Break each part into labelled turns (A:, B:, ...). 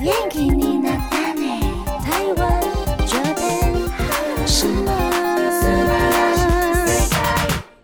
A: 元気になったね台湾上天是吗？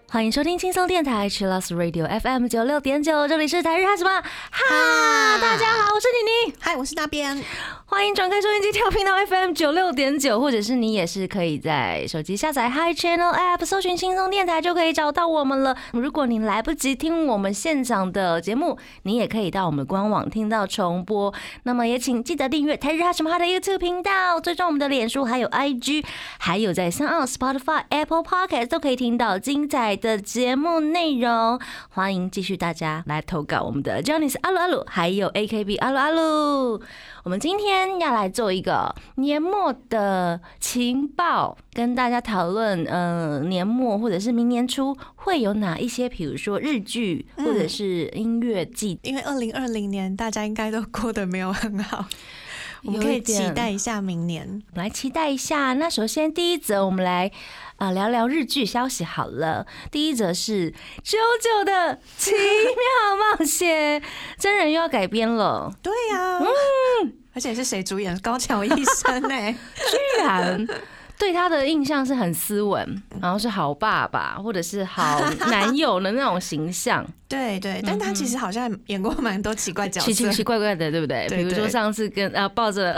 B: 欢迎收听轻松电台 c h i l l s Radio FM 九六点九，这里是台日哈什么哈，大家好，我是妮妮，
C: 嗨，我是那边。
B: 欢迎转开收音机调频道 FM 九六点九，或者是你也是可以在手机下载 Hi Channel App 搜寻轻松电台就可以找到我们了。如果您来不及听我们现场的节目，你也可以到我们官网听到重播。那么也请记得订阅台日哈什么哈的 YouTube 频道，追踪我们的脸书还有 IG，还有在 s o n Spotify、Apple Podcast 都可以听到精彩的节目内容。欢迎继续大家来投稿我们的 j o n n y s 阿鲁阿鲁，还有 AKB 阿鲁阿鲁。我们今天要来做一个年末的情报，跟大家讨论，呃，年末或者是明年初会有哪一些，比如说日剧或者是音乐季，
C: 因为二零二零年大家应该都过得没有很 好，我们
B: 有
C: 可
B: 一
C: 以期
B: 点
C: 待一下明年。
B: 我们来期待一下。那首先第一则，我们来啊、呃聊聊日剧消息好了。第一则是《JoJo 的奇妙冒险》真人又要改编 了，
C: 对呀、
B: 嗯
C: 而且是谁主演？高桥医生欸呢、
B: 居然。对他的印象是很斯文，然后是好爸爸或者是好男友的那种形象，
C: 对对，但他其实好像演过蛮多奇 怪角
B: 嗯奇奇
C: 色
B: 奇。怪怪的，对不对？
C: 对
B: 比如说
C: 对
B: 上次跟啊抱着，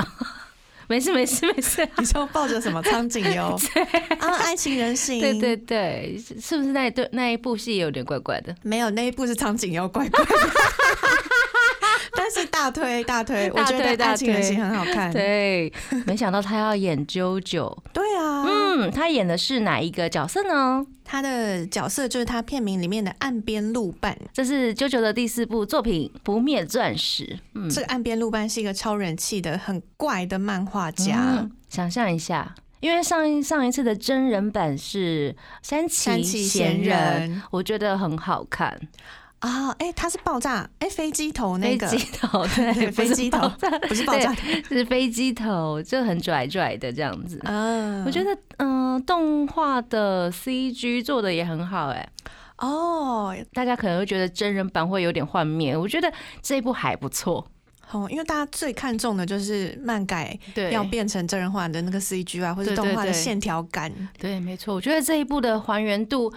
B: 没事没事没事，
C: 你说抱着什么苍井优 啊，爱情人形？
B: 对对，对，是是不是那一对那一部戏也有点怪怪的？
C: 没有那一部是苍井优，怪怪的。但是大推大推，我
B: 大
C: 觉
B: 推
C: 得
B: 大
C: 爱情人
B: 推
C: 形很好看。
B: 对，没想到他要演啾啾。
C: 对啊，
B: 嗯，他演的是哪一个角色呢？
C: 他的角色就是他片名里面的岸边露伴。
B: 这是啾啾的第四部作品《不灭钻石》。嗯，
C: 这个岸边露伴是一个超人气的、很怪的漫画家，
B: 嗯想象一下，因为上一上一次的真人版是山
C: 山
B: 崎
C: 崎
B: 贤
C: 贤
B: 人，
C: 人
B: 我觉得很好看。
C: 啊，哎、他是爆炸，哎、飞机头那个
B: 飞，机头，对，
C: 飞机头
B: 不是爆炸
C: 不是爆炸，
B: 是飞机头，就很拽拽的这样子。
C: 嗯，
B: 我觉得，嗯、动画的 CG 做的也很好、哎，
C: 得哦，
B: 大家可能会觉得真人版会有点幻灭，我觉得这一部还不错。
C: 哦，因为大家最看重的就是漫改
B: 对
C: 要变成真人化的那个 CG 啊，或
B: 对
C: 是
B: 对
C: 动画的
B: 对
C: 线条感，
B: 对，没错，我觉得这一部的还原度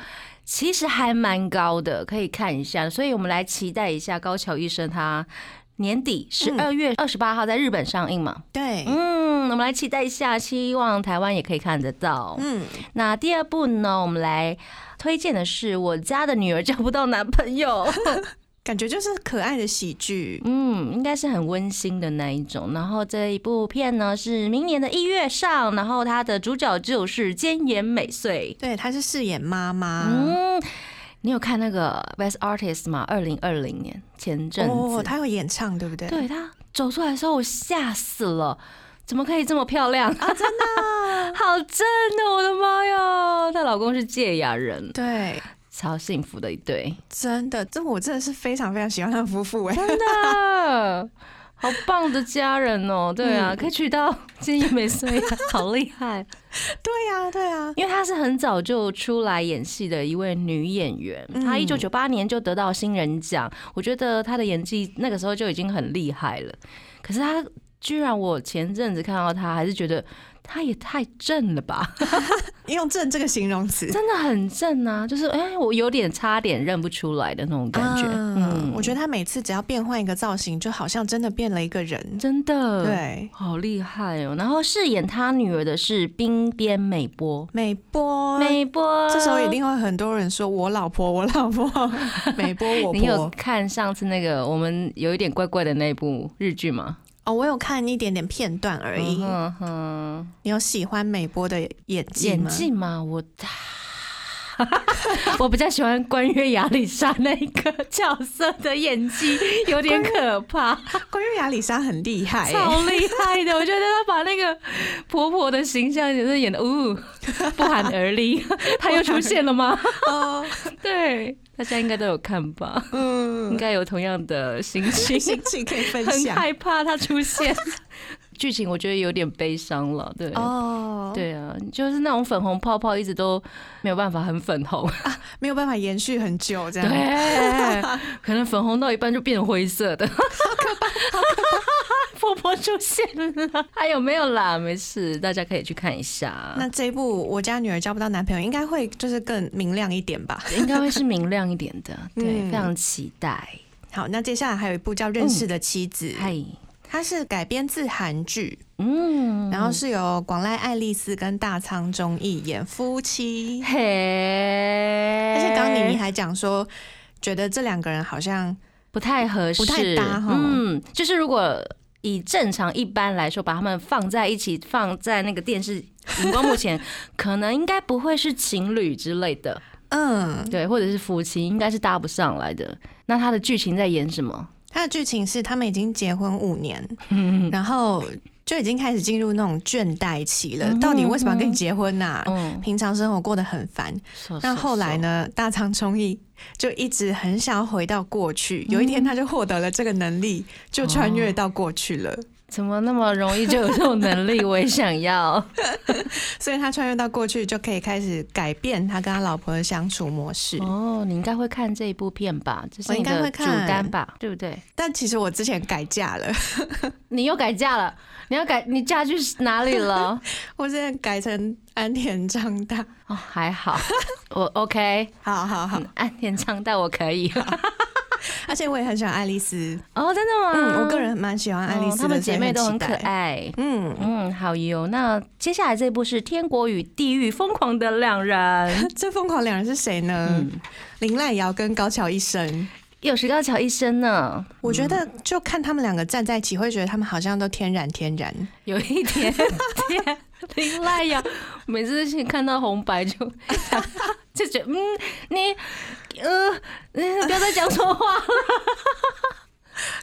B: 其实还蛮高的，可以看一下。所以我们来期待一下高桥医生他年底十二月二十八号在日本上映嘛。
C: 对，
B: 嗯，我们来期待一下，希望台湾也可以看得到。
C: 嗯，
B: 那第二部呢，我们来推荐的是《我家的女儿交不到男朋友》。
C: 感觉就是可爱的喜剧，
B: 嗯，应该是很温馨的那一种。然后这一部片呢是明年的一月上，然后它的主角就是菅野美穗。
C: 对，他是饰演妈妈。
B: 嗯，你有看那个《Best Artist》吗？二零二零年前阵子，
C: 哦，他有演唱，对不对？
B: 对她走出来的时候，我吓死了。怎么可以这么漂亮啊！真的， 好正哦！我的妈呀，她老公是芥雅人，
C: 对，
B: 超幸福的一对，
C: 真的，这我真的是非常非常喜欢他们夫 妇哎、
B: 真的，好棒的家人哦！对啊，可以娶到金野美穗啊，好厉害！
C: 对呀、对呀、
B: 因为她是很早就出来演戏的一位女演员，
C: 嗯
B: 她一九九八年就得到新人奖，我觉得她的演技那个时候就已经很厉害了。可是她居然，我前阵子看到她，还是觉得她也太正了吧，
C: 用“正”这个形容词，
B: 真的很正啊！ 就是哎、我有点差点认不出来的那种感觉。
C: 嗯，
B: 嗯，
C: 我觉得他每次只要变换一个造型，就好像真的变了一个人。
B: 真的，
C: 对，啊
B: 好厉害哦！然后饰演她女儿的是冰边美波，
C: 美波，
B: 美波
C: 哦这时候一定会很多人说：“我老婆，我 老婆，美波，我
B: 你有
C: 婆。
B: 看上次那个我们有一点怪怪的那部日剧吗？”
C: 哦，我有看一点点片段而已。
B: 嗯哼，
C: 你有喜欢美波的演技
B: 演
C: 吗？
B: 技嘛，我 我比较喜欢关月亚历山那一个角色的演技，有点可怕，
C: 关于亚里莎很厉害、欸，
B: 超厉害的。我觉得她把那个婆婆的形象也是演的，呜、不寒而 栗。她又出现了吗？
C: 哦，
B: 对，大家应该都有看吧， 应
C: 嗯，
B: 该有同样的心 情。
C: 心情可以分
B: 很
C: 享
B: 害怕他出 现。剧情我觉得有点悲伤了，对。
C: 哦，，
B: 对啊，就是那种粉红泡泡一直都没有办法很粉红，
C: 没有办法延续很久这
B: 啊
C: 样。
B: 对，可能粉红到一半就变灰色的，好可怕，婆婆出现了。还有没有啦？没事，大家可以去看一下。
C: 那这一部我家女儿交不到男朋友，应该会就是更明亮一点吧。
B: 应该会是明亮一点的，对，
C: 嗯
B: 非常期待。
C: 好，那接下来还有一部叫《认识的妻子》，
B: 嗯嗨，
C: 它是改编自韩剧，
B: 嗯，
C: 然后是由广濑爱丽丝跟大仓忠义演夫妻。
B: 嘿，
C: 而且刚刚你还讲说，觉得这两个人好像
B: 不太合适，
C: 不太搭哈
B: 嗯，就是如果以正常一般来说，把他们放在一起，放在那个电视荧光幕前， 可能应该不会是情侣之类的，
C: 嗯，
B: 对，或者是夫妻，应该是搭不上来的。那他的剧情在演什么？
C: 它的剧情是他们已经结婚五年，
B: 嗯
C: 然后就已经开始进入那种倦怠期了。到底为什么要跟你结婚呐、
B: 嗯，
C: 平常生活过得很烦，啊
B: 哦
C: 那后来呢？大仓忠义就一直很想要回到过去。有一
B: 嗯
C: 天，他就获得了这个能力，就穿越到过去了。
B: 怎么那么容易就有这种能力？我也想 要。
C: 所以他穿越到过去，就可以开始改变他跟他老婆的相处模式。
B: 哦，你应该会看这一部片吧？这是
C: 我
B: 你
C: 应该
B: 的
C: 会
B: 主
C: 看
B: 单吧？对不对？
C: 但其实我之前改嫁了，
B: 你又改嫁了？你要改你嫁去哪里 了？
C: 我之前改成安田长大。
B: 哦，还 好，我 OK，
C: 好好好，
B: 嗯，安田昌代我可以。
C: 而且我也很喜欢爱丽丝。
B: 哦，真的吗？
C: 嗯，我个人蛮喜欢爱丽
B: 哦
C: 丝的，
B: 她们
C: 所以
B: 姐妹都很
C: 期
B: 可
C: 待。
B: 爱。
C: 嗯，
B: 嗯，好哟。那接下来这部是《天国与地狱：疯狂的两 人》，嗯
C: 这疯狂两人是谁呢？林濑遥跟高桥一生。
B: 有石高桥医生呢，
C: 我觉得就看他们两个站在一起，会觉得他们好像都天然天然。
B: 有一点点林濑遥，每次去看到红白就就觉得嗯，你呃，嗯不要再讲错话了，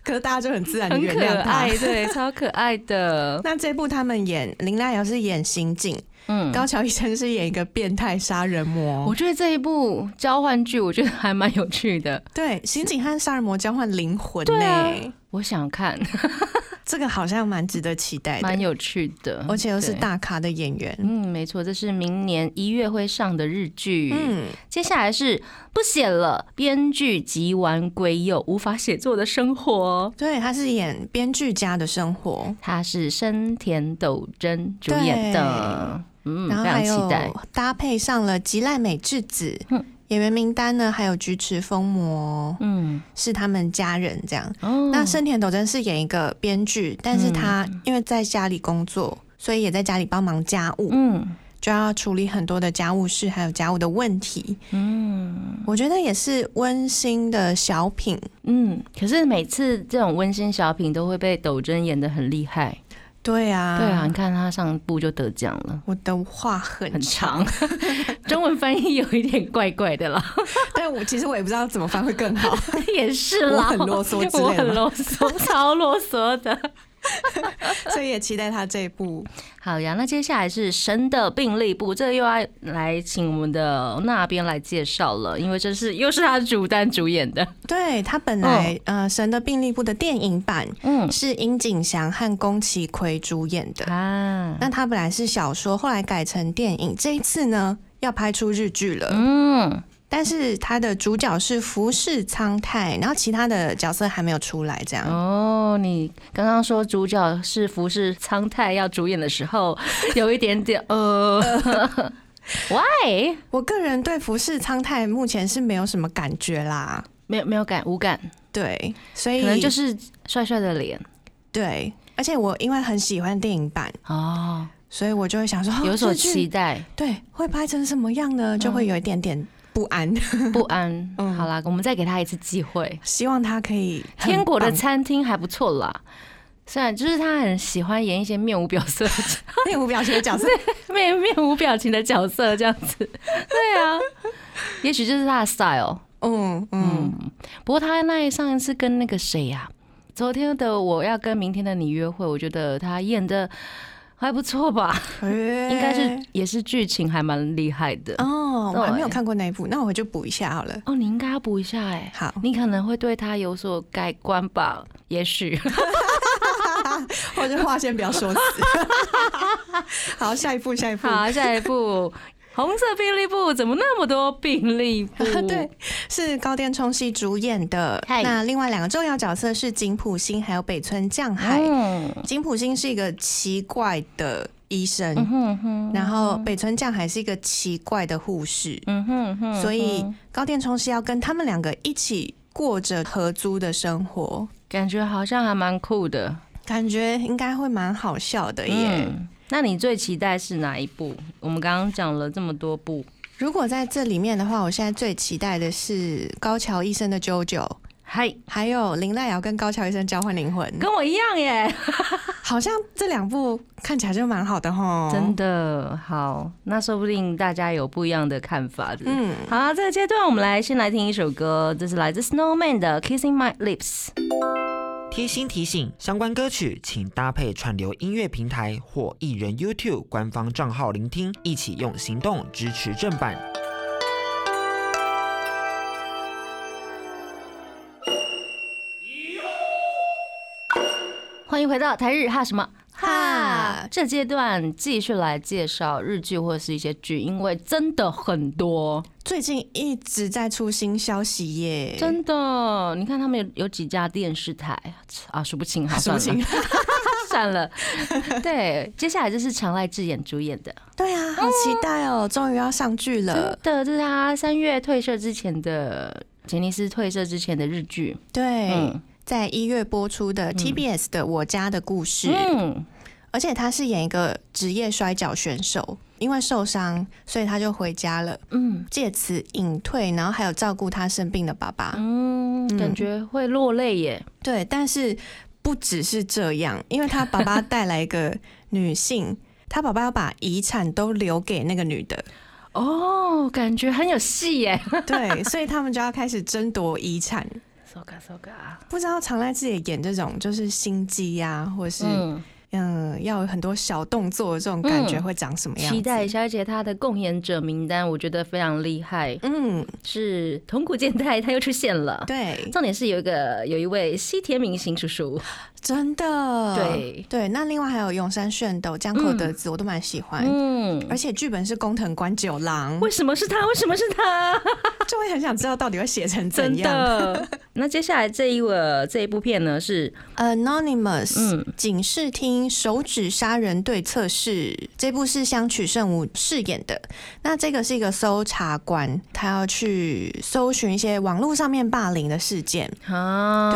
C: 可是大家就很自然 的
B: 很
C: 原
B: 可
C: 谅他
B: 爱，。对，超可爱的，
C: 那这部他们演林濑遥是演刑警，
B: 嗯。
C: 高桥医生是演一个变态杀人魔
B: 我。觉得这一部交换剧，我觉得还蛮有趣的，
C: 对，刑警和杀人魔交换灵魂呢、
B: 对啊我想看，
C: 这个好像蛮值得期待
B: 蛮
C: 的，
B: 有趣的，
C: 而且又是
B: 对。
C: 大咖的演员。
B: 嗯，没错，这是明年一月会上的日剧。嗯，
C: 嗯，
B: 接下来是不写了，编剧吉丸圭佑无法写作的生活。
C: 对，他是演编剧家的生活，
B: 它是生田斗真主演的，嗯，
C: 然后
B: 非
C: 还
B: 常期待
C: 有。搭配上了吉濑美智子
B: 嗯。
C: 演员名单呢，还有菊池风磨
B: 嗯，
C: 是他们家人这样。
B: 哦，
C: 那生田斗真是演一个编剧，但是他因为在家里工作，所以也在家里帮忙家务，
B: 嗯
C: 就要处理很多的家务事，还有家务的问题。嗯，我觉得也是温馨的小品。
B: 嗯，可是每次这种温馨小品都会被斗真演的很厉害。
C: 对啊，
B: 对啊，你，看他上部就得奖了。
C: 我的话很
B: 很
C: 长，
B: 长， 中文翻译有一点怪怪的啦，
C: 但我其实我也不知道怎么翻会更好。
B: 也是啦，
C: 我很啰嗦之类的吗
B: 我很啰嗦，超啰嗦的。
C: 所以也期待他这一部。
B: 好呀，那接下来是神的病历部，这个又要来请我们的那边来介绍了，因为这是又是他主单主演的，
C: 对他本来、呃《神的病历簿》的电影版
B: 嗯
C: 是樱井翔和宫崎葵主演的，
B: 啊，
C: 那他本来是小说，后来改成电影，这一次呢要拍出日剧了。
B: 嗯，
C: 但是他的主角是服饰苍太，然后其他的角色还没有出来，这样、
B: 哦，你刚刚说主角是服饰苍太要主演的时候， 有一点点呃 ，why
C: 我个人对服饰苍太目前是没有什么感觉啦。
B: 没有没有感无感，
C: 对，所以
B: 可能就是帅帅的脸
C: 对，而且我因为很喜欢电影版，
B: 哦。
C: 所以我就会想说，哦
B: 有所
C: 日剧
B: 期待，
C: 对，会拍成什么样呢？就会有一点点不安。
B: 不安。
C: 嗯
B: 好啦，我们再给他一次机会。
C: 希望他可以很
B: 天国的
C: 棒
B: 餐厅还不错啦，虽然就是他很喜欢演一些面无表色、
C: 面无表情的角色，
B: 面面无表情的角色这样子。对啊，也许就是他的 style。
C: 嗯嗯，
B: 嗯，不过他那上一次跟那个谁呀、昨天的我要跟明天的你约会，我觉得他演的还不错吧，
C: 应
B: 应该是也是剧情还蛮厉害的。
C: 哦，
B: 对
C: 我还没有看过那一部，那我回去补一下好了。
B: 哦，你应该要补一下哎、
C: 好，
B: 你可能会对他有所改观吧，也许。
C: 我 这话先不要说死。好，下一部，下一部，？
B: 好，下一部红色霹雳布怎么那么多霹雳布
C: 对，是高电充戏主演的。
B: 嗨
C: 那另外两个重要角色是金普星还有北村匠海。
B: 嗯，
C: 金普星是一个奇怪的医生，
B: 嗯哼哼，
C: 然后北村匠海是一个奇怪的护士，
B: 嗯哼哼，
C: 所以高电充是要跟他们两个一起过着合租的生活，
B: 感觉好像还蛮酷的
C: 感觉应该会蛮好笑的耶。
B: 嗯，那你最期待是哪一部？我们刚刚讲了这么多部，
C: 如果在这里面的话，我现在最期待的是高桥医生的《JoJo》，
B: 嗨，
C: 还有林濑遥跟高桥医生交换灵魂，
B: 跟我一样耶，
C: 好像这两部看起来就蛮好的吼。
B: 真的好，那说不定大家有不一样的看法的。
C: 嗯，
B: 好啊，这个阶段我们来先来听一首歌，这是来自 Snowman 的《Kissing My Lips》。
D: 贴心提醒：相关歌曲请搭配串流音乐平台或艺人 YouTube 官方账号聆听，一起用行动支持正版。
B: 欢迎回到台日哈什么哈
C: 哈？
B: 这阶段继续来介绍日剧或是一些剧，因为真的很多，
C: 最近一直在出新消息耶，
B: 真的。你看他们有有几家电视台啊，数不清，好
C: 数
B: 算
C: 不
B: 了，
C: 清。
B: 算了。对，接下来就是常濑智演主演的，
C: 对啊，好期待哦，终于要上剧 了
B: 真。的，这是他三月退社之前的杰尼斯退社之前的日剧。
C: 对，
B: 嗯
C: 在一月播出的 TBS 的《我家的故事》
B: 嗯，
C: 而且他是演一个职业摔跤选手，因为受伤，所以他就回家了，
B: 嗯
C: 借此隐退，然后还有照顾他生病的爸爸。
B: 嗯，感觉会落泪耶。
C: 对，但是不只是这样，因为他爸爸带来一个女 性，他爸爸要把遗产都留给那个女的，
B: 哦，感觉很有戏 耶。
C: 对，所以他们就要开始争夺遗产。
B: so ga so ga，
C: 不知道常濑智也演这种就是心机呀、或是
B: 嗯，
C: 嗯要有很多小动作的这种感觉
B: 嗯
C: 会长什么样子？
B: 期待一下，而且他的共演者名单我觉得非常厉害，
C: 嗯，
B: 是桐谷健太他又出现了。
C: 对，
B: 重点是有一个有一位西田明星叔叔，
C: 真的，
B: 对
C: 对。那另外还有永山炫斗、江口德子，我都蛮喜欢。
B: 嗯，
C: 而且剧本是工藤官九郎，
B: 为什么是他？为什么是他？
C: 就会很想知道到底会写成
B: 真
C: 怎样。
B: 的。那接下来这一个这一部片呢是
C: Anonymous，、
B: 嗯
C: 警视厅手指杀人对策室这部是香取慎吾饰演的。那这个是一个搜查官，他要去搜寻一些网络上面霸凌的事件。
B: 啊，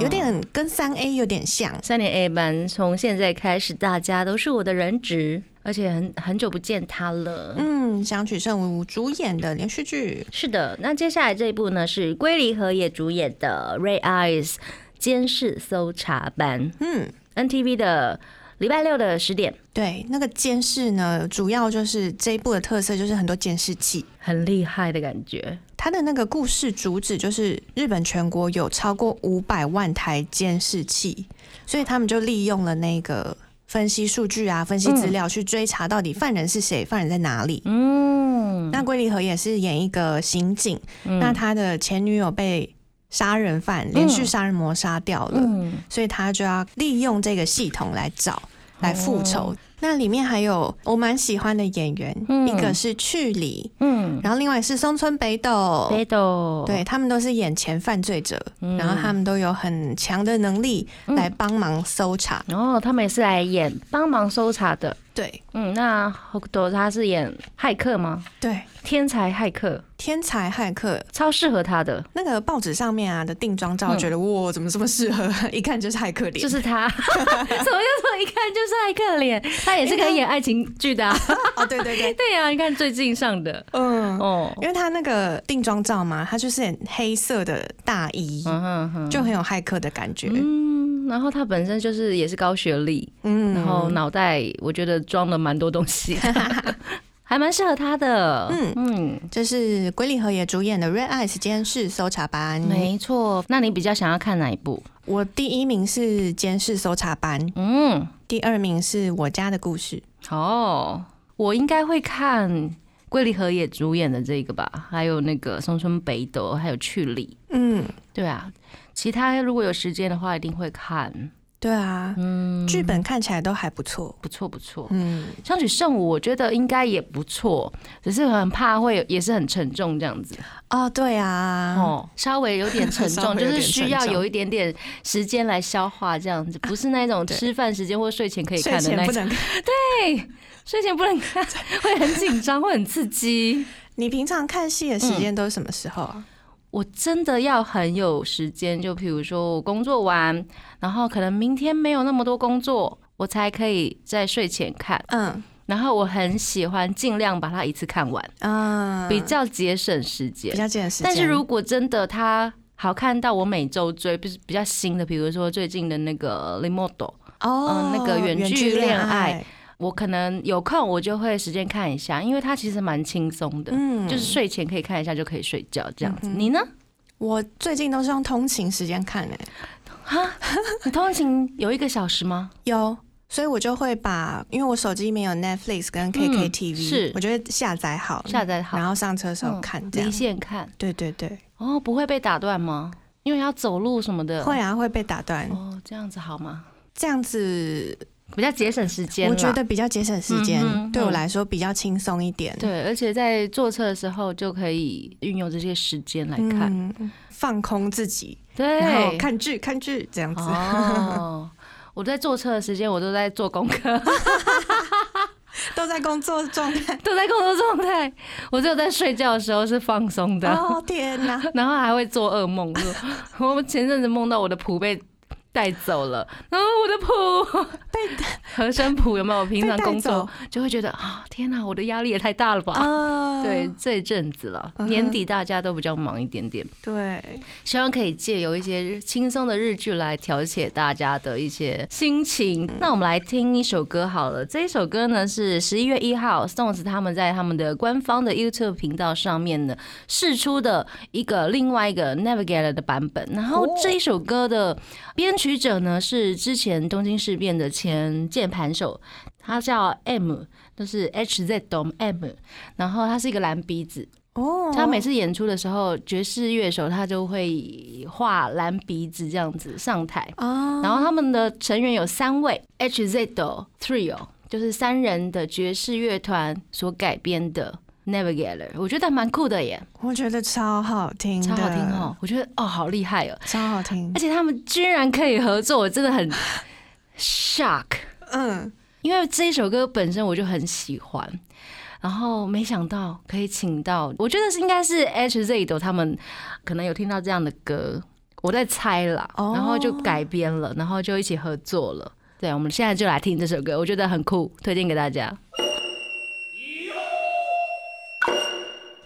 C: 对，有点跟三 A 有点像。
B: 三年 A 班，从现在开始大家都是我的人质，而且很很久不见他了。
C: 嗯，香取慎吾主演的连续剧，
B: 是的，那接下来这一部呢是龟梨和也主演的《Ray Eyes 监视搜查班
C: 嗯，》
B: ，NTV 的礼拜六的十点，
C: 对，那个监视呢，主要就是这一部的特色就是很多监视器。
B: 很厉害的感觉。
C: 它的那个故事主旨就是日本全国有超过五百万台监视器，所以他们就利用了那个分析数据啊、分析资料去追查到底犯人是谁、犯人在哪里。
B: 嗯，
C: 那龟梨和也是演一个刑警，那他的前女友被杀人犯连续杀人魔杀掉了，
B: 嗯哦
C: 所以他就要利用这个系统来找、来复仇。那里面还有我蛮喜欢的演员，
B: 嗯
C: 一个是去里，
B: 嗯，
C: 然后另外是松村北斗。
B: 北斗
C: 对他们都是眼前犯罪者，
B: 嗯
C: 然后他们都有很强的能力来帮忙搜查。
B: 然后哦他们也是来演帮忙搜查的。
C: 对
B: 嗯，那 Hokuto 他是演骇客吗？
C: 对，
B: 天才骇客，
C: 天才骇客
B: 超适合他的，
C: 那个报纸上面啊的定妆照，
B: 嗯
C: 觉得哇，怎么这么适合？ 一看就是骇客脸，
B: 就是 他。怎么又说一看就是骇客脸？他也是可以演爱情剧的、啊。
C: 哦，对对对，
B: 对呀、你看最近上的
C: 嗯，
B: 哦，
C: 因为他那个定妆照嘛，他就是很黑色的大衣，
B: 嗯哼哼，
C: 就很有骇客的感觉。
B: 嗯，然后他本身就是也是高学历，
C: 嗯，
B: 然后脑袋我觉得装了蛮多东西的， 还蛮适合他的。嗯
C: 嗯
B: 嗯，
C: 这是龟梨和也主演的《Red Eyes 监视搜查班》，
B: 没错。嗯那你比较想要看哪一部？
C: 我第一名是《监视搜查班》，
B: 嗯，
C: 第二名是我家的故事。
B: 哦，我应该会看龟梨和也主演的这个吧，还有那个松村北斗，还有去里。
C: 嗯，
B: 对啊，其他如果有时间的话，一定会看。
C: 对啊，
B: 嗯，
C: 剧本看起来都还不错。
B: 不错不错。
C: 嗯，
B: 相取圣武，我觉得应该也不错，只是很怕会有也是很沉重这样子、
C: 哦，对啊，
B: 哦，稍微有点沉
C: 稍
B: 重，
C: 微
B: 就
C: 有点
B: 是需要
C: 沉重
B: 有一点点时间来消化这样子，不是那种
C: 啊对
B: 吃饭时间或睡前可以
C: 睡
B: 看的
C: 前
B: 那
C: 不
B: 种，
C: 能看。
B: 对，睡前不能看，会很紧张，会很刺激。
C: 你平常看戏的时间都是什么时候啊？
B: 我真的要很有时间，就譬如说我工作完，然后可能明天没有那么多工作，我才可以在睡前看。
C: 嗯
B: 然后我很喜欢尽量把它一次看完，
C: 嗯，
B: 比较节省时间
C: 比。较近的时间。
B: 但是如果真的它好看到我每周追，不是比较新的，比如说最近的那个《l i m o d o
C: 哦
B: 嗯，那个远距恋
C: 恋
B: 爱，我可能有空我就会时间看一下，因为它其实蛮轻松的，
C: 嗯，
B: 就是睡前可以看一下就可以睡觉这样子。你呢？
C: 我最近都是用通勤时间看欸诶、
B: 你通勤有一个小时吗？
C: 有，所以我就会把，因为我手机里面有 Netflix 跟
B: 嗯
C: KKTV，、
B: 是
C: 我就会下载好，
B: 下载好
C: 然，后上车的时候
B: 嗯
C: 看这样。
B: 离线看
C: 对对对，
B: 哦，不会被打断吗？因为要走路什么的，
C: 会啊，会被打断，
B: 哦，这样子好吗？
C: 这样子
B: 比较节省时间啦，
C: 我觉得比较节省时间，
B: 嗯哼
C: 对我
B: 嗯
C: 来说比较轻松一点。
B: 对，而且在坐车的时候就可以运用这些时间来看，
C: 嗯，放空自己，
B: 对，
C: 然后看剧看剧这样子。
B: 哦。 我在坐车的时间，我都在做功课，
C: 都在工作状态。
B: 都在工作状态。我只有在睡觉的时候是放松的，
C: 哦天哪！
B: 然后还会做噩梦。 我我前阵子梦到我的谱被带走了，然后我的谱 被 和声谱有没有？平常工作就会觉得啊，天哪，我的压力也太大了吧？
C: 啊，
B: 对，这一阵子了，
C: 嗯哼
B: 年底大家都比较忙一点点，
C: 对，
B: 希望可以借由一些日轻松的日剧来调节大家的一些心情。那我们来听一首歌好了，这一首歌呢是十一月一号 Stones 他们在他们的官方的 YouTube 频道上面呢试出的一个另外一个 Navigator 的版本。然后这一首歌的编曲者呢是之前东京事变的前键盘手，他叫 M，就是 H Z Dom M，然后他是一个蓝鼻子。
C: 哦
B: 他每次演出的时候，爵士乐手他就会画蓝鼻子这样子上台。
C: 啊，
B: 然后他们的成员有三位，HZO Trio，就是三人的爵士乐团所改编的。Navigator，我觉得蛮酷的耶，
C: 我觉得超好听，
B: 超好听，哦！我觉得哦，好厉害哦！
C: 超好听
B: 而。且他们居然可以合作，我真的很 shock。
C: 嗯，
B: 因为这一首歌本身我就很喜欢，然后没想到可以请到，我觉得是应该是 H Z 的他们可能有听到这样的歌，我在猜啦，
C: 哦
B: 然后就改编了，然后就一起合作了。对，我们现在就来听这首歌，我觉得很酷，推荐给大家。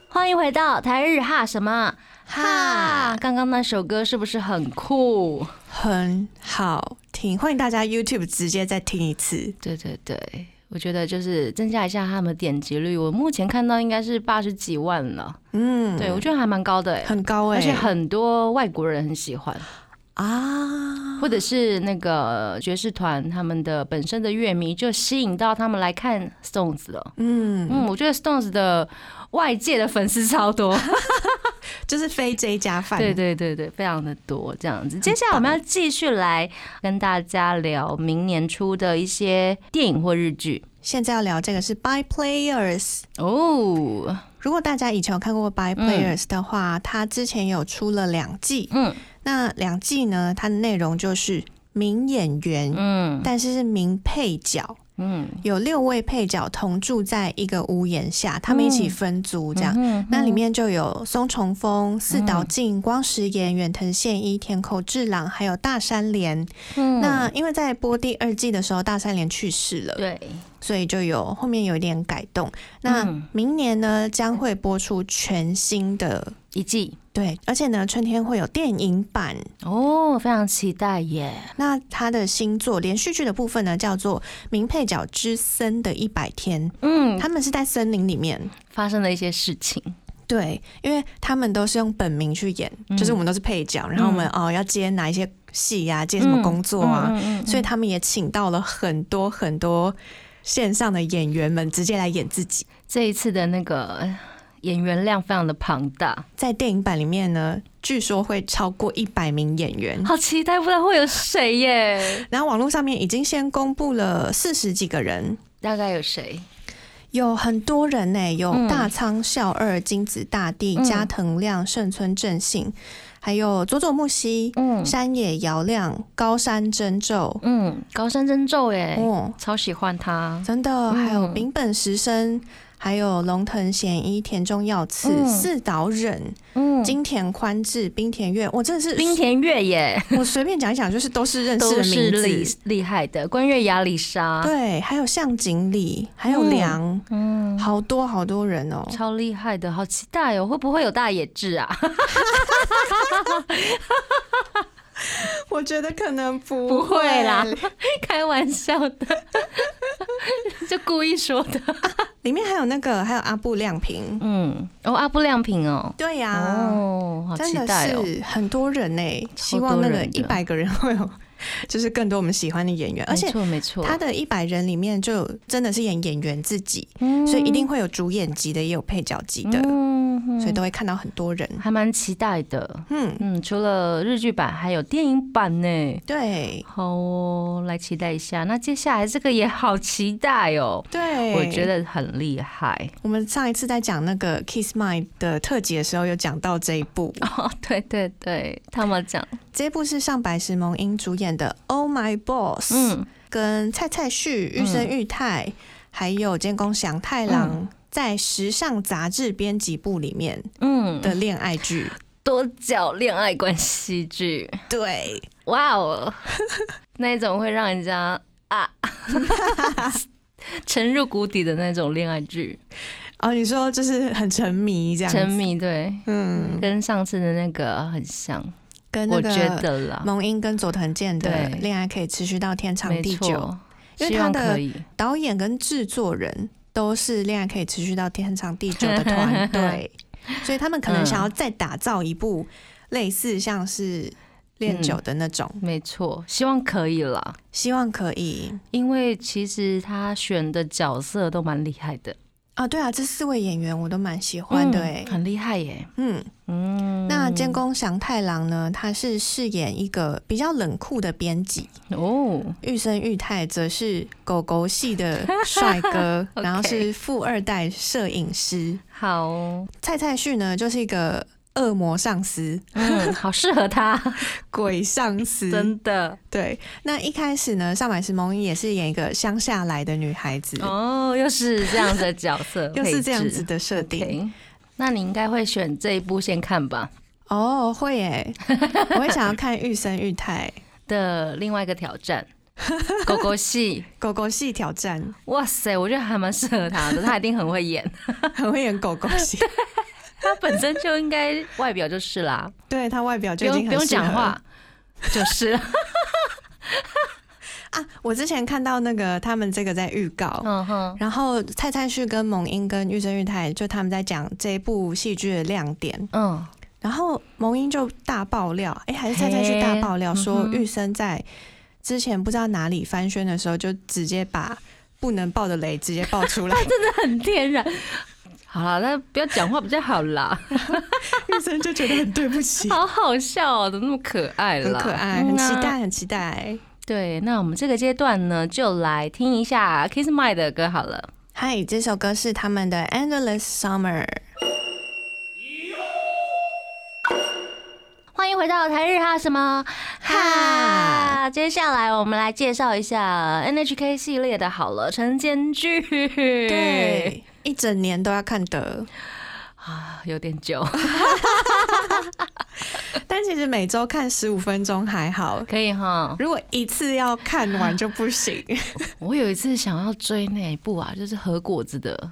B: 欢迎回到台日哈什么哈？刚刚那首歌是不是很酷？
C: 很好听，欢迎大家 YouTube 直接再听一次。
B: 对对对，我觉得就是增加一下他们的点击率。我目前看到应该是八十几万了，
C: 嗯，
B: 对我觉得还蛮高的哎、
C: 很高哎、
B: 而且很多外国人很喜欢，
C: 啊，
B: 或者是那个爵士团他们的本身的乐迷就吸引到他们来看 Stones 了。
C: 嗯，
B: 嗯，我觉得 Stones 的外界的粉丝超多，
C: 就是非 J 加饭，
B: 对对对对，非常的多这样子。接下来我们要继续来跟大家聊明年初的一些电影或日剧
C: 现在要聊这个是 By Players。
B: 哦，
C: 如果大家以前有看过 By Players 的话，它之前有出了两季，
B: 嗯
C: 那两季呢，它的内容就是名演员，
B: 嗯
C: 但是是名配角，
B: 嗯，
C: 有六位配角同住在一个屋檐下，他们一起分租这样。
B: 嗯
C: 那里面就有松重丰、四岛静、光石研、远藤宪一、田口智朗，还有大山连。
B: 嗯
C: 那因为在播第二季的时候，大山连去世了，
B: 对，
C: 所以就有后面有一点改动。那
B: 嗯
C: 明年呢，将会播出全新的。
B: 一季
C: 对，而且呢，春天会有电影版。
B: 哦，非常期待耶！
C: 那它的新作连续剧的部分呢，叫做《名配角之森的一百天》，
B: 嗯，
C: 他们是在森林里面。
B: 发生了一些事情，
C: 对，因为他们都是用本名去演，
B: 嗯
C: 就是我们都是配角，然后我们、哦要接哪一些戏呀、接什么工作啊，
B: 嗯嗯嗯
C: 所以他们也请到了很多很多线上的演员们直接来演自己。
B: 这一次的那个呃演员量非常的庞大，
C: 在电影版里面呢，据说会超过一百名演员。
B: 好期待，不知道会有谁耶？
C: 然后网络上面已经先公布了四十几个人，
B: 大概有谁？
C: 有很多人呢、有
B: 嗯
C: 大仓孝二、金子大地、
B: 嗯
C: 加藤亮、盛村正信，还有佐佐木希、
B: 嗯
C: 山野遥亮、高山真宙。
B: 嗯，高山真宙耶，
C: 哦，
B: 超喜欢他。
C: 真的，还有
B: 嗯
C: 丙本时生，还有龙藤贤一、田中耀次、
B: 嗯
C: 四岛忍、
B: 嗯，
C: 金田宽志、冰田月，我真的是
B: 冰田月也
C: 我随便讲一讲，就是都是认识
B: 都
C: 的
B: 是
C: 名
B: 厉
C: 字。
B: 厉害的，关月雅里莎，
C: 对，还有向井里，还有
B: 嗯
C: 梁，
B: 嗯。
C: 好多好多 人哦、
B: 超厉害的，好期待哦！会不会有大野智啊？
C: 我觉得可能不
B: 不会啦， 开玩笑 的，就故意说的。
C: 里面还有那个，还有阿布亮平。
B: 嗯，哦，阿布亮平哦，
C: 对呀、
B: 哦，好
C: 真
B: 期
C: 的
B: 待哦。
C: 是很多人呢、
B: 超
C: 希
B: 多
C: 望那个
B: 人的
C: 一百个人会有， 就是更多我们喜欢的演员，而
B: 没
C: 且。
B: 错没错，
C: 他的一百人里面就有真的是演演员自己，
B: 嗯
C: 所以一定会有主演级的，也有配角级的，
B: 嗯哼
C: 所以都会看到很多人。
B: 还蛮期待的。
C: 嗯，
B: 嗯，除了日剧版，还有电影版呢。
C: 对
B: 好哦，来期待一下。那接下来这个也好期待哦，
C: 对，
B: 我觉得很厉害。
C: 我们上一次在讲那个《Kiss My》的特辑的时候，有讲到这一部，
B: 哦，对对对，他们讲，
C: 这一部是上白石萌音主演的《Oh My Boss》，
B: 嗯
C: 跟蔡蔡旭、玉生玉太，还有监工祥太郎。在时尚杂志编辑部里面
B: 嗯，
C: 的恋爱剧，
B: 多角恋爱关系剧，
C: 对，
B: 哇哦， 那一种会让人家啊 沉入谷底的那种恋爱剧，
C: 哦，你说就是很沉迷这样子
B: 沉，迷对，
C: 嗯，
B: 跟上次的那个很像，
C: 跟那
B: 我觉
C: 个
B: 得啊啦，
C: 蒙英跟佐藤健的
B: 对
C: 恋爱可以持续到天长
B: 没
C: 地久。
B: 错，
C: 因为
B: 希望
C: 他的
B: 可以。
C: 导演跟制作人都是恋爱可以持续到天长地久的团队，所以他们可能想要再打造一部类似像是恋酒的那种，
B: 没错，希望可以啦，
C: 希望可以
B: 因为其实他选的角色都蛮厉害的，
C: 啊。对啊，这四位演员我都蛮喜欢的、欸
B: 嗯，很厉害耶。
C: 嗯
B: 嗯，
C: 那监工祥太郎呢，他是饰演一个比较冷酷的编辑，
B: 哦，
C: 玉生玉太则是狗狗系的帅哥，
B: OK
C: 然后是富二代摄影师，
B: 好哦，
C: 蔡蔡旭呢就是一个恶魔上司。
B: 嗯，好适合 他，
C: 鬼上司。
B: 真的
C: 对，那一开始呢，上白石萌音也是演一个乡下来的女孩子，，
B: 哦，又是这样的角色
C: 又是这样子
B: 的
C: 的设定。
B: 那你应该会选这一部先看吧
C: 哦，会耶，我会想要看玉生玉太
B: 的另外一个挑 战，狗狗戏。
C: 狗狗戏 挑战，
B: 哇塞，我觉得还蛮适合他的，他一定很会 演，
C: 很会演狗狗戏。
B: 他本身就应该外表就是啦，
C: 对他外表
B: 不
C: 就已
B: 用
C: 经
B: 不
C: 很
B: 用
C: 适合
B: 讲 话，就是了。
C: 啊！我之前看到那个他们这个在预告。
B: 嗯哼，
C: 然后蔡蔡旭跟蒙英跟玉生玉太就他们在讲这一部戏剧的亮点，
B: 嗯，
C: 然后蒙英就大爆料，哎、还是蔡蔡去大爆料
B: 嘿
C: 说
B: 嗯，哼
C: 玉生在之前不知道哪里翻宣的时候，就直接把不能爆的雷直接爆 出来。
B: 很天然。好了，那不要讲话比较好 啦，
C: 玉生就觉得很对不起，
B: 好好笑哦，怎么那么可爱
C: 很
B: 啦？
C: 可爱，
B: 嗯
C: 很
B: 啊
C: 期待，很期待。
B: 对，那我们这个阶段呢，就来听一下 Kiss My 的歌好了。
C: 嗨，这首歌是他们的《Endless Summer》。
B: 欢迎回到台日哈什么哈？接下来我们来介绍一下 NHK 系列的好了，晨间剧。
C: 对，一整年都要看的，
B: 啊， 有点久，
C: 但其实每周看十五分钟还好。
B: 可以哈。
C: 如果一次要看完就不行。
B: 我有一次想要追那一部啊，就是和果子的，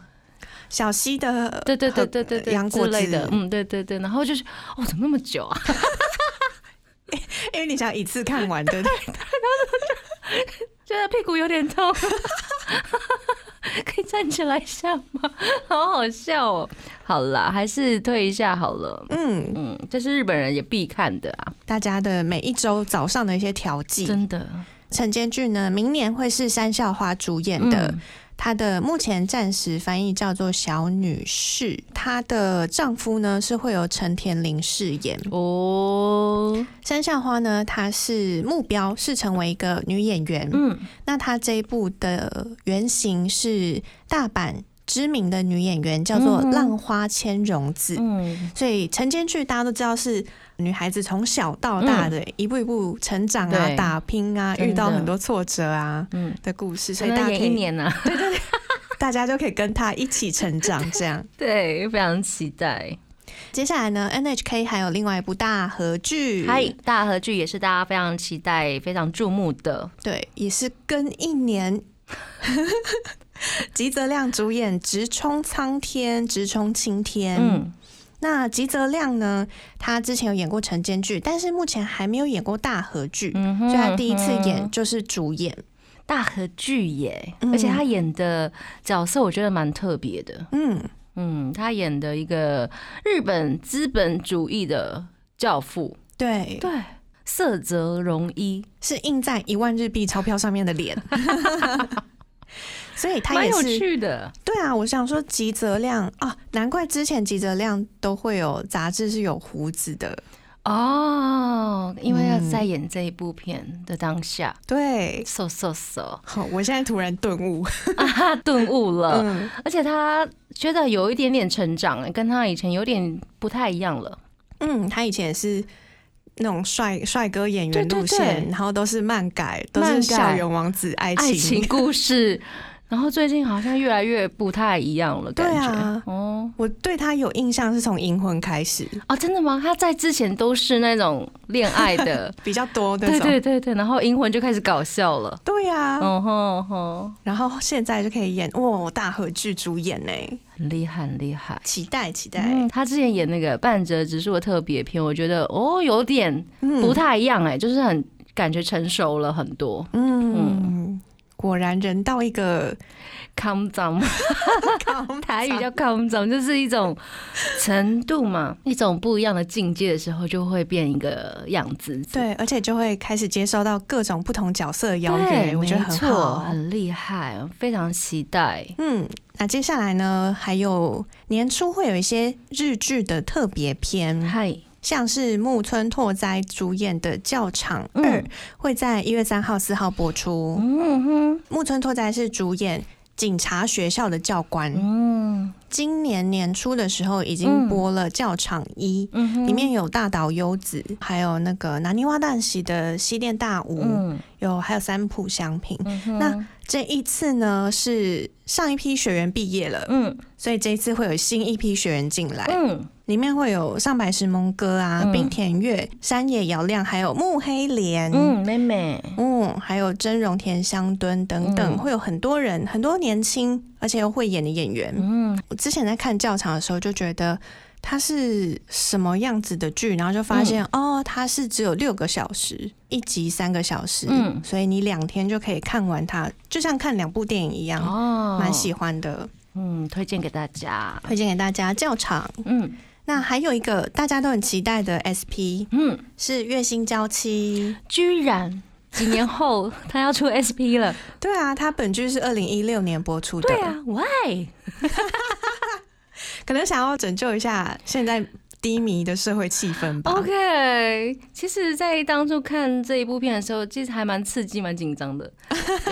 C: 小溪的
B: 对对对
C: 和
B: 对对对，
C: 杨
B: 之
C: 果
B: 类
C: 子
B: 的，嗯，对对对。然后就是，哦，怎么那么久啊？
C: 因为你想一次看完，对不对？
B: 觉得屁股有点痛， 可以站起来一下吗？ 好好笑哦。好啦，还是退一下好了。
C: 嗯，
B: 嗯，这是日本人也必看的啊，
C: 大家的每一周早上的一些调剂。
B: 真的
C: 晨间剧呢，明年会是山校花主演的，
B: 嗯
C: 她的目前暂时翻译叫做小女士，她的丈夫呢是会由陈田林饰演。
B: 哦，
C: 山下花呢，她是目标是成为一个女演员。
B: 嗯，
C: 那她这一部的原型是大阪知名的女演员，叫做
B: 嗯哼
C: 浪花千荣子。
B: 嗯，
C: 所以晨间剧大家都知道是女孩子从小到大的一步一步成长啊、
B: 嗯对
C: 打拼啊、
B: 真的
C: 遇到很多挫折啊
B: 嗯
C: 的故事，所
B: 所
C: 以
B: 以
C: 大家
B: 大
C: 可
B: 演一
C: 以
B: 年啊呢、
C: 大家就可以跟她一起成长。这样，
B: 对，非常期待。
C: 接下来呢，NHK 还有另外一部大合剧，
B: 嗨，大合剧也是大家非常期待、非常注目的。
C: 对，也是跟一年。 吉泽亮主演《直冲苍天》，直冲青天。
B: 嗯，
C: 那吉泽亮呢？他之前有演过晨间剧，但是目前还没有演过大合剧，
B: 嗯哼
C: 所以他第一次
B: 嗯
C: 演
B: 哼
C: 就是主演。
B: 大合剧耶，
C: 嗯
B: 而且他演的角色我觉得蛮特别的。
C: 嗯，
B: 嗯，他演的一个日本资本主义的教父，
C: 对，
B: 对，色泽荣一，
C: 是印在一万日币钞票上面的脸， 所以他
B: 蛮
C: 也
B: 有
C: 是
B: 趣的。
C: 对啊。我想说吉泽亮啊，难怪之前吉泽亮都会有杂志是有胡子的，
B: 哦，因为要
C: 嗯
B: 在演这一部片的当下，
C: 对。
B: 嗖嗖嗖
C: 好，我现在突然顿悟，
B: 啊，他顿悟了，
C: 嗯，
B: 而且他觉得有一点点成长，跟他以前有点不太一样了。
C: 嗯，他以前也是那种帅帅哥演员
B: 对对
C: 路线，
B: 对
C: 然后都是漫改，都
B: 漫
C: 是
B: 改
C: 校园王子爱情，
B: 爱情故事，然后最近好像越来越不太一样了，感
C: 对
B: 觉。
C: 啊。
B: 哦
C: 我对他有印象是从《银魂》开始，
B: 啊，真的吗？他在之前都是那种恋爱
C: ，
B: 的
C: 比较多那
B: 对
C: 种。
B: 对对对，然后银魂就开始搞笑了。
C: 对呀、
B: 嗯哼哼，
C: 然后现在就可以演哇大合剧主演呢、
B: 很厉害，很厉害。
C: 期待期待，
B: 嗯，他之前演那个半泽直树的特别篇，我觉得哦有点
C: 嗯
B: 不太一样哎、就是很感觉成熟了很多。
C: 嗯果然人到一个
B: calm down，台 语叫 calm down，就是一种程度嘛， 一种不一样的境界的时候，就会变一个样子。
C: 对，而且就会开始接受到各种不同角色的邀
B: 对，
C: 约，我
B: 没
C: 觉得很
B: 错，
C: 好。
B: 很厉害，非常期待。
C: 嗯，那接下来呢，还有年初会有一些日剧的特别篇，
B: 嗨，
C: 像是木村拓哉主演的《教场二
B: 嗯》
C: 会在一月三号、四号播出。
B: 嗯哼，
C: 木村拓哉是主演警察学校的教官，
B: 嗯
C: 今年年初的时候已经播了《教场一》
B: 嗯哼，
C: 里面有大岛优子，还有那个南泥洼旦喜的西电大吾，
B: 嗯
C: 有还有三浦祥平。
B: 嗯哼
C: 那这一次呢，是上一批学员毕业了，
B: 嗯
C: 所以这一次会有新一批学员进来，
B: 嗯
C: 里面会有上白石萌歌啊、
B: 嗯
C: 冰田月、山野遥亮，还有木黑莲。嗯
B: 嗯，妹妹，
C: 还有真容田香敦等等，
B: 嗯
C: 会有很多人，很多年轻而且又会演的演员。
B: 嗯
C: 我之前在看教场的时候就觉得它是什么样子的剧，然后就发现、
B: 嗯
C: 哦，它是只有六个小时，一集三个小时，
B: 嗯
C: 所以你两天就可以看完它，就像看两部电影一样，
B: 哦，
C: 蛮、喜欢的，
B: 嗯，推荐给大家，
C: 推荐给大家。教场。
B: 嗯
C: 那还有一个大家都很期待的 SP
B: 嗯，
C: 是月薪娇妻，
B: 居然。几年 后，他要出 SP 了。
C: 对啊，它本剧是二零一六年播出的，
B: 对啊，Why？
C: 可能想要拯救一下现在低迷的社会气氛吧。
B: 哦 OK，其实，在当初看这一部片的时候，其实还蛮刺激、蛮紧张 的，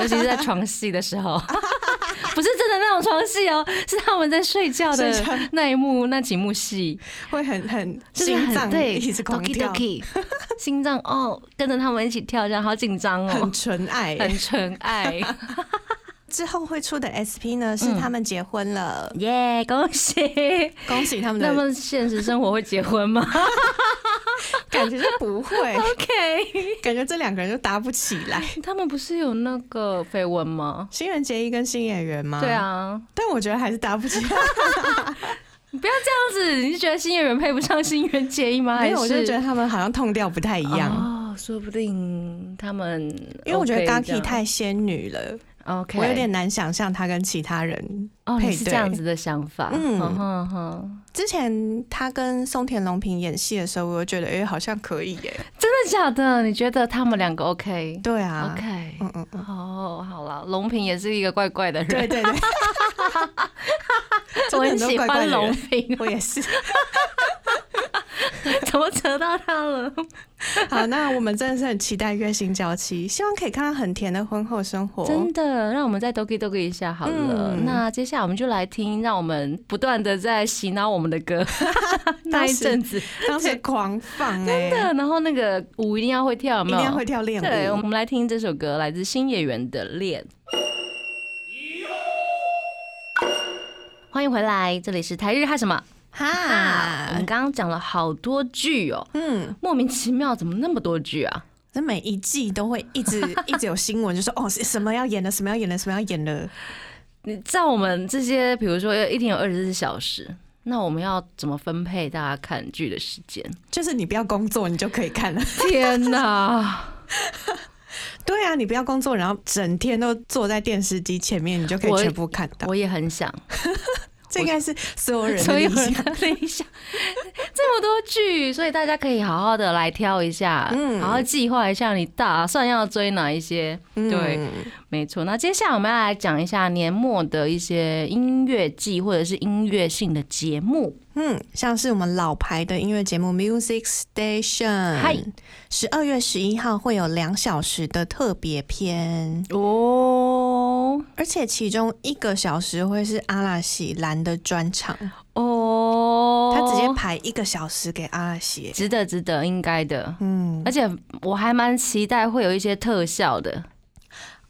B: 尤其是在床戏的时候， 不是真的那种床戏哦，是他们在睡觉的
C: 睡觉
B: 那一幕、那几幕戏，
C: 会很很
B: 就是
C: 心脏
B: 很对，
C: 一直狂跳
B: doki doki 心脏哦，跟着他们一起跳，这样好紧张哦
C: 很，纯爱。
B: 很纯 爱，
C: 之后会出的 SP
B: 嗯
C: 呢，是他们结婚了，
B: 耶、恭喜！
C: 恭喜他们
B: 那
C: 的。
B: 么现实生活会结婚吗
C: 感觉就不 会，
B: ？OK，
C: 感觉这两个人就搭不起来。
B: 他们不是有那个绯闻吗？
C: 新人结衣跟新演员吗？
B: 对，啊，
C: 但我觉得还是搭 不起来。
B: 你不要这样子，你是觉得新演员配不上新垣结衣吗？还
C: 没
B: 是哦
C: 有，我就觉得他们好像痛调不太一样，
B: 哦，说不定他们 OK 这样，
C: 因为我觉得 Gaki 太仙女了，
B: OK，
C: 我有点难想象他跟其他人。
B: 哦，
C: 配
B: 你是这
C: 对
B: 样子的想法，嗯
C: 嗯
B: 哼哼，
C: 之前他跟松田龙平演戏的时候，我就觉得哎、诶好像可以耶。
B: 真的假的？你觉得他们两个 OK？
C: 对啊
B: OK，
C: 嗯嗯嗯，
B: 哦，好了，龙平也是一个怪怪的
C: 对
B: 人，
C: 对对，
B: 我
C: 真的
B: 很
C: 很多
B: 喜
C: 怪怪
B: 欢
C: 的
B: 龙
C: 人
B: 平，
C: 我也是。
B: 怎么扯到他了？
C: 好，那我们真的是很期待月薪娇妻，希望可以看到很甜的婚后生活。
B: 真的，让我们再 doki doki 一下好了。
C: 哦嗯
B: 那接下来我们就来听，让我们不断的在洗脑我们的 歌 那一阵子，
C: 当时狂放
B: 真
C: 哎、
B: 的。然后那个舞一定要会跳，有
C: 一
B: 没有？
C: 定要会跳练
B: 对，我
C: 舞。
B: 们来听这首歌，来自新演员的《恋》。欢迎回来，这里是台日哈什么啊？我
C: 哈
B: 们，刚刚讲了好多句 哦，
C: 嗯，
B: 莫名其妙怎么那么多句啊？
C: 那每一季都会 一直一直有新闻，就说哦是什么要演了，什么要演了，什么要演了。
B: 你在我们这些，比如说一天有二十四小时，那我们要怎么分配大家看剧的时间？
C: 就是你不要工作，你就可以看了。
B: 天哪！
C: 对啊，你不要工作，然后整天都坐在电视机前面，你就可
B: 我
C: 以全部看到。
B: 我也很想，
C: 这应该是所有人
B: 所
C: 的
B: 以
C: 理
B: 我
C: 想。
B: 的理想这么多剧，所以大家可以好好的来挑一下，
C: 嗯
B: 好好计划一下你打算要追哪一些。
C: 嗯
B: 对，没错。那接下来我们要来讲一下年末的一些音乐季或者是音乐性的节目。
C: 嗯，像是我们老牌的音乐节目 Music Station，
B: 嗨，
C: 十二月十一号会有两小时的特别篇，
B: 哦
C: 而且其中一个小时会是阿拉西兰的专场，
B: 哦，
C: 他直接排一个小时给阿拉西。
B: 值得，值得，应该的。
C: 嗯，
B: 而且我还蛮期待会有一些特效的，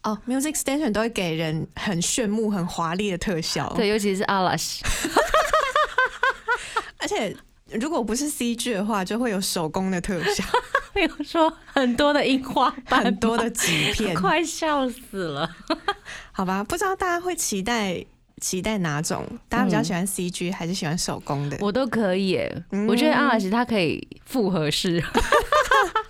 C: 哦，Music Station 都会给人很炫目、很华丽的特效，
B: 对，，尤其是阿拉 西，
C: 而且如果不是 CG 的话，就会有手工的特 效，
B: 比如说很多的樱花瓣，
C: 很多的纸片，
B: 快笑死了。
C: 好吧？不知道大家会期待期待哪种？大家比较喜欢 CG 还是喜欢手工的？
B: 嗯我都可以耶，
C: 嗯
B: 我觉得阿啊拉西他可以复合 式，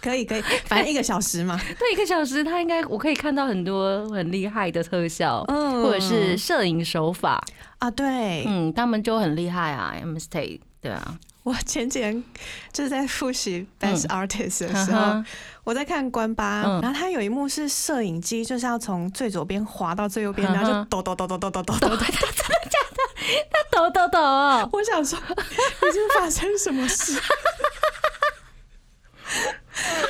C: 可以可以，反正一个小时 嘛，
B: 对，一个小时他应该我可以看到很多很厉害的特效，
C: 嗯
B: 或者是摄影手法，
C: 啊，对、
B: 嗯，他们就很厉害啊，mistake，对啊，
C: 我前几天就是在复习 Best Artist 的
B: 哈
C: 时候，
B: 嗯哈，
C: 我在看关八，
B: 嗯
C: 然后他有一幕是摄影机就是要从最左边滑到最右边，
B: 嗯哼
C: 然后就抖抖抖抖抖抖抖 抖
B: 抖
C: 抖，
B: 抖抖，
C: 我想说已经发生什 么事？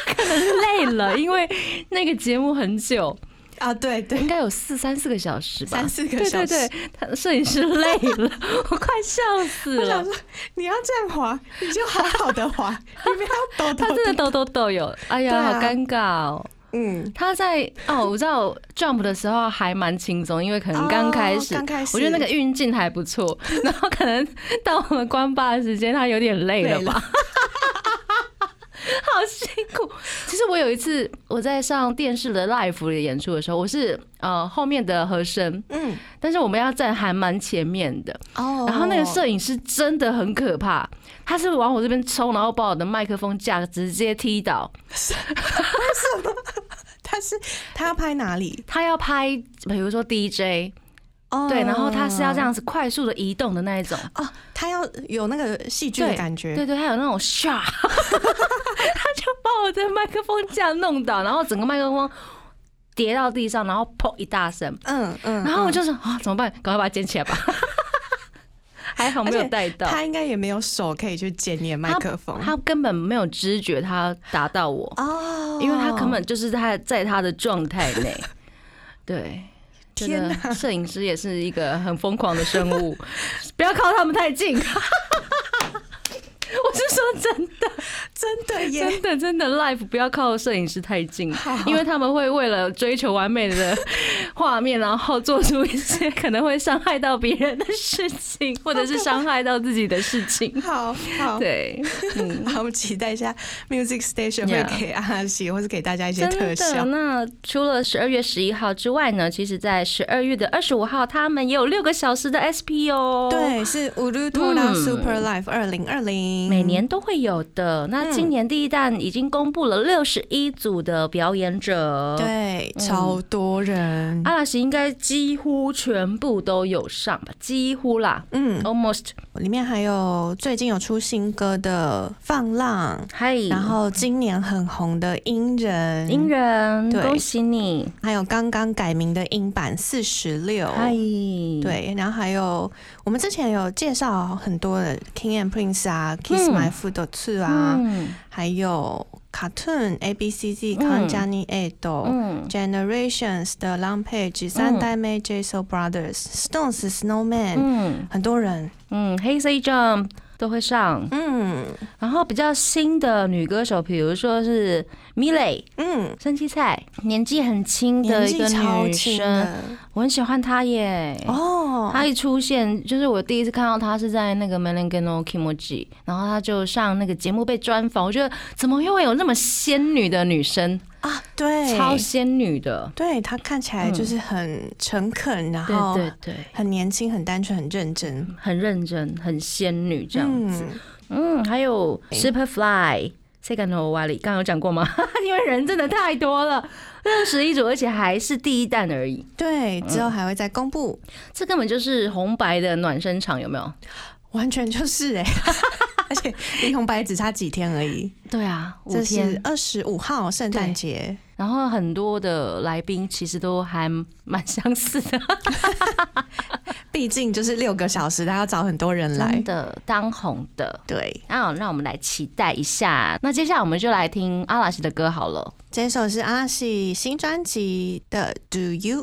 B: 可能是累了，因为那个节目很久，
C: 啊，对
B: 应
C: 对，
B: 该有四三四个小时吧
C: 三。四个
B: 对
C: 小
B: 对
C: 时。
B: 对，他摄影师累了，我快笑死
C: 我想
B: 了。
C: 说，你要这样滑，你就好好的滑， 你不要抖抖
B: 他真的
C: 抖。
B: 抖抖抖有，哎
C: 对
B: 呀，好
C: 啊
B: 尴尬哦。
C: 嗯，
B: 他在哦，我知道 jump 的时候还蛮轻松，因为可能刚开始，
C: 哦刚开始，
B: 我觉得那个运镜还不错。然后可能到我们关八的时间，他有点累了
C: 累
B: 吧，好辛苦。其实我有一次我在上电视的 live 的演出的时候，我是呃后面的和声，
C: 嗯
B: 但是我们要站还蛮前面的。
C: 哦
B: 然后那个摄影师真的很可怕，他是往我这边冲，然后把我的麦克风架直接踢倒。
C: 他是他要拍哪里？
B: 他要拍，比如说 DJ，
C: 哦
B: 对，然后他是要这样
C: 嗯
B: 子快速的移动的那一种，
C: 哦，他要有那个戏剧的
B: 对
C: 感觉，
B: 对对，他有那种 shot，他就把我的麦克风架弄倒，然后整个麦克风跌到地上，然后砰一大声，
C: 嗯嗯。
B: 然后我就说啊怎么办？赶快把它捡起来吧， 还好没有带到，
C: 他应该也没有手可以去捡你的麦克风，
B: 他根本没有知觉他打到我，
C: 哦
B: 因为他根本就是他在他的状态 内，对。觉
C: 天
B: 得
C: 哪
B: 摄影师也是一个很疯狂的生物， 不要靠他们太近。我是说真的，
C: 真的耶，
B: 真的，真的，life 不要靠摄影师太近
C: 好，
B: 因为他们会为了追求完美 的画面，然后做出一些可能会伤害到别人的事 情，或者是伤害到自己的事情。
C: 好好。
B: 对，嗯，
C: 好，我们期待一下 Music Station
B: Yeah
C: 会给阿拉西，或是给大家一些
B: 真
C: 特
B: 的，
C: 效。
B: 那除了十二月十一号之外呢，其实在十二月的二十五号，他们也有六个小时的 SP 哦。。
C: 对，是 u r u t o r a
B: 嗯
C: Super Life 二零二零，嗯
B: 每年都会有的。那今年第一弹已经公布了六十一组的表演者，，
C: 对，
B: 嗯
C: 超多人，
B: 阿拉西应该几乎全部都有上吧，几乎啦
C: 嗯，
B: ，almost，
C: 里面还有最近有出新歌的《放浪》，
B: 嗨，
C: 然后今年很红的《音人》，
B: 音人，
C: 嗯对
B: 恭喜你，
C: 还有刚刚改名的音版四十六。
B: 嗨，，
C: 哦对，然后还有我们之前有介绍很多的 King and Prince 啊，Kiss My Foot 的次啊，
B: 嗯
C: 还有 Cartoon A B C Z
B: 嗯
C: Con j a n n y A 斗
B: 嗯，
C: Generations 的 Long Page 三代妹 j s o Brothers Stones Snowman，
B: 嗯
C: 很多人，
B: 嗯黑 C Jump 都会上，
C: 嗯
B: 然后比较新的女歌手，比如说是 Miley
C: 嗯，
B: 生七菜，年纪很轻
C: 年
B: 的一
C: 纪
B: 个
C: 超
B: 女
C: 轻
B: 生，
C: 的
B: 我很喜欢她耶。
C: 哦，
B: 她一出现，就是我第一次看到她是在那个 Melangano Kimoji，然后她就上那个节目被专访，我觉得怎么又会有那么仙女的女生，
C: 啊，对，
B: 超仙女的，
C: 对他看起来就是很诚恳，然
B: 嗯对
C: 后
B: 对对，
C: 很年轻、很单纯、很认真
B: 很认真，很仙女这样子。
C: 嗯
B: 嗯，还有 Superfly。这个 No w a l 刚刚有讲过吗？ 因为人真的太多了，六十一组，而且还是第一弹而已，
C: 对，之
B: 嗯
C: 后还会再公布，
B: 这根本就是红白的暖身场，有没有？
C: 完全就是哎、 而且离红白只差几天而已，
B: 对啊，五
C: 这是
B: 天，
C: 二十五号圣诞节，
B: 然后很多的来宾其实都还蛮相似 的，
C: 毕竟就是六个小时，他要找很多人来
B: 真，的当红的。
C: 对，
B: 啊，那我们来期待一下。那接下来我们就来听阿拉西的歌好了。
C: 这首是阿喜新专辑的《Do You》。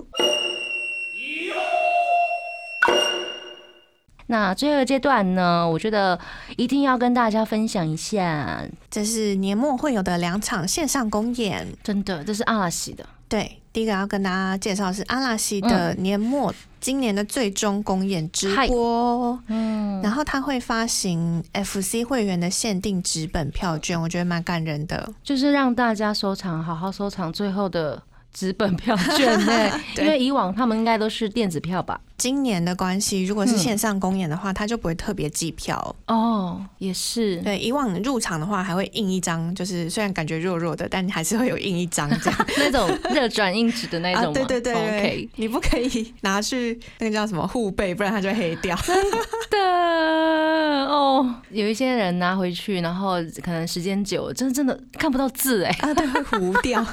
B: 那最后一个阶段呢，我觉得一定要跟大家分享一下，
C: 这是年末会有的两场线上公演，
B: 真的，这是阿拉西的。
C: 对，第一个要跟大家介绍是阿拉西的
B: 嗯
C: 年末、今年的最终公演直播，嗯，然后他会发行 FC 会员的限定纸本票券，我觉得蛮感人的。
B: 就是让大家收藏，好好收藏最后的纸本 票券对，
C: 对
B: 因为以往他们应该都是电子票吧？
C: 今年的关系，如果
B: 嗯
C: 是线上公演的话，他就不会特别计票。
B: 哦，也是，
C: 对，以往入场的话还会印一张，就是虽然感觉弱弱的，但你还是会有印一张这样。
B: 那种热转印纸的 那种
C: 啊，
B: 吗？哦
C: 对对对对
B: OK
C: 你不可以拿去那个叫什么护背，不然它就黑 掉。
B: 的哦，有一些人拿回去，然后可能时间久了，真的真的看不到字 哎，
C: 啊，对，会糊掉，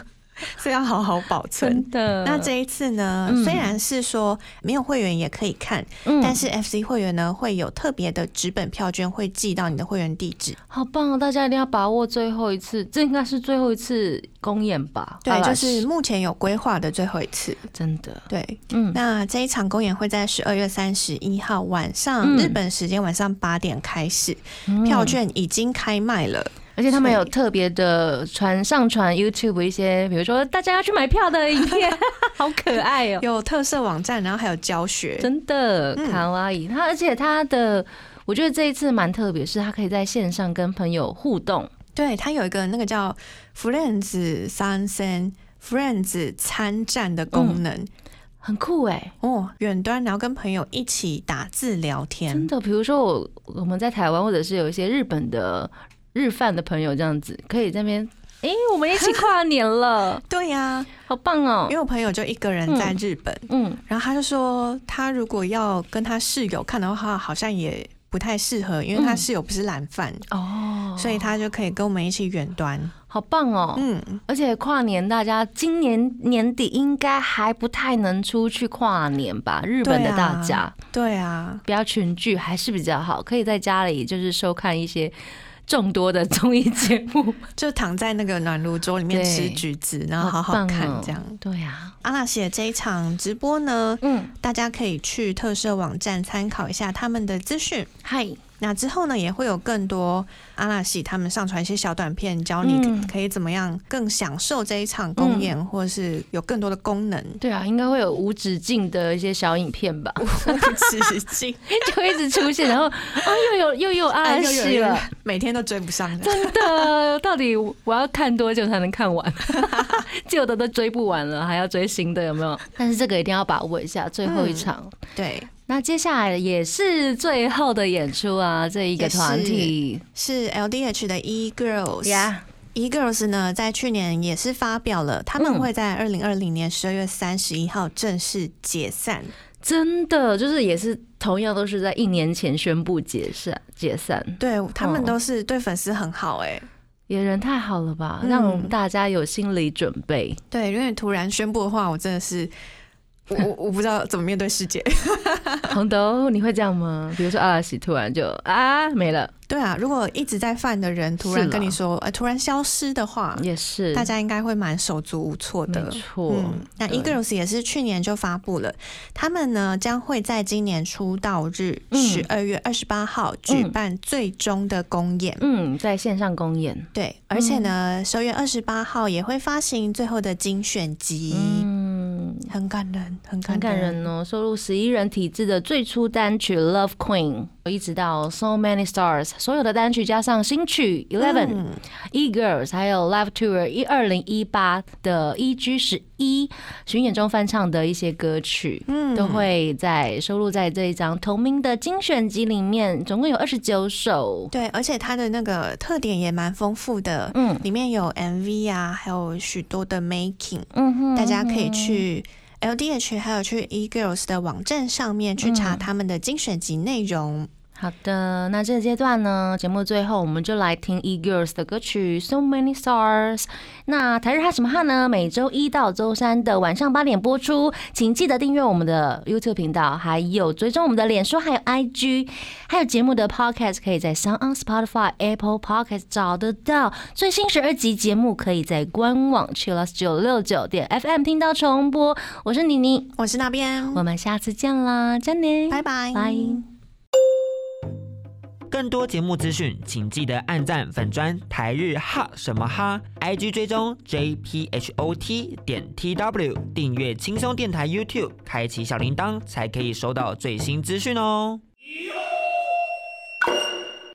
C: 所以要好好保存。
B: 真的。
C: 那这一次呢，
B: 呃嗯
C: 虽然是说没有会员也可以看，
B: 嗯
C: 但是 FC 会员呢会有特别的纸本票券会寄到你的会员地址，
B: 好棒哦，大家一定要把握最后一次，这应该是最后一次公演吧？阿
C: 对，
B: 拉
C: 就
B: 西
C: 是目前有规划的最后一次。
B: 真的，
C: 对，
B: 嗯，
C: 那这一场公演会在十二月三十一号晚
B: 嗯
C: 上、日本时间晚上八点开始，票券已经开卖了。
B: 而且他们
C: 所以
B: 有特别的传上传 YouTube 一些，比如说大家要去买票的影 片，好可爱哦、
C: 有特色网站，然后还有教学，
B: 真的
C: 嗯
B: 卡哇伊。他而且他的，我觉得这一次蛮特别，是他可以在线上跟朋友互动。
C: 对，它有一个那个叫 Friends 三森 Friends 参战的功能，
B: 很酷哎、
C: 哦，远端然后跟朋友一起打字聊
B: 真
C: 天，
B: 的。比如说我我们在台湾，或者是有一些日本的日饭的朋友这样子，可以在那边，哎、我们一起跨年了，
C: 对呀、
B: 好棒哦、
C: 因为我朋友就一个人在日本，
B: 嗯，
C: 然后他就说，他如果要跟他室友看的话，好像也不太适合，因为他室友不是懒饭，
B: 哦，
C: 所以他就可以跟我们一起远端。
B: 好棒哦、
C: 嗯，
B: 而且跨年，大家今年年底应该还不太能出去跨年吧？日本的
C: 啊
B: 大家、
C: 对啊，
B: 不要群聚还是比较好，可以在家里就是收看一些众多的 综艺节目。
C: 就躺在那个暖炉桌里面
B: 对
C: 吃橘子， 然后
B: 好
C: 好好
B: 棒哦
C: 看这样。
B: 对啊呀、
C: 阿拉写这一场直播呢，
B: 嗯，
C: 大家可以去特摄网站参考一下他们的资讯。
B: 嗨，
C: 那之后呢，也会有更多阿拉西他们上传一些小短片，教你
B: 嗯
C: 可以怎么样更享受这一场公演，或是有更多的 功能。
B: 对啊，应该会有无止境的一些小影片 吧，
C: 无止境，
B: 就一直出现，然后啊、又有又有 阿
C: 哎又有
B: 西了，
C: 人每天都追不上的。
B: 真的， 到底我要看多久才能看完？ 旧的都追不完了，还要追新的，有没有？但是这个一定要把握一下，最后一场。
C: 对，
B: 嗯那接下来也是最后的演出啊，这一个
C: 也是
B: 团体
C: 是 LDH 的 E Girls。
B: 呀，
C: E Girls 呢，在去年也是发表了，他们
B: 嗯
C: 会在二零二零年十二月三十一号正式解散。
B: 真的就是也是同样都是在一年前宣布解散解散，
C: 对他
B: 哦
C: 们都是对粉丝很好哎、
B: 也人太好了吧，
C: 嗯
B: 让大家有心理准备。
C: 对，因为突然宣布的话，我真的是。我我我不知道怎么面对世界。
B: 红豆，你会这样吗？比如说阿拉西突然就啊没了，
C: 对啊，如果一直在犯的人突
B: 是
C: 然
B: 啦
C: 跟你说，呃，突然消失的话，
B: 也是
C: 大家应该会蛮手足无措
B: 没
C: 的。
B: 错。
C: 嗯，那
B: 对
C: E Girls 也是去年就发布了，他们呢将会在今年出道日
B: 嗯
C: 十二月二十八号举
B: 嗯
C: 办最终的公演。
B: 嗯，在线上公演，
C: 对，而且呢，十二月二十八号也会发行最后的精选集，
B: 嗯，
C: 很感人，很感
B: 很感人哦，收录十一人体制的最初单曲《Love Queen》，一直到《So Many Stars》所有的单曲加上新曲《Eleven、
C: 嗯
B: E Girls，还有 Live Tour 一二零一八的 E G 十一巡演中翻唱的一些歌曲，
C: 嗯
B: 都会在收录在这一张同名的精选集里面，总共有二十九首。
C: 对，而且它的那个特点也蛮丰富的，
B: 嗯
C: 里面有 MV 啊，还有许多的 making，
B: 嗯哼，
C: 大家可以去 LDH 还有去 E Girls 的网站上面去查
B: 嗯
C: 他们的精选集内容。
B: 好的，那这个阶段呢，节目最后我们就来听 E Girls 的歌曲《So Many Stars》。那台日哈什么哈呢？每周一到周三的晚上八点播出，请记得订阅我们的 YouTube 频道，还有追踪我们的脸书，还有 IG，还有节目的 Podcast 可以在 Sound on Spotify、Apple Podcast 找得到。最新十二集节目可以在官网 Chillus 九六九点 FM 听到重播。我是妮妮，
C: 我是那边，
B: 我们下次见啦，再见，
C: 拜拜
B: 拜。
D: 更多节目资讯，请记得按赞粉砖台日哈什么哈，IG 追踪 JPHOT 点 TW，订阅轻松电台 YouTube，开启小铃铛才可以收到最新资讯哦。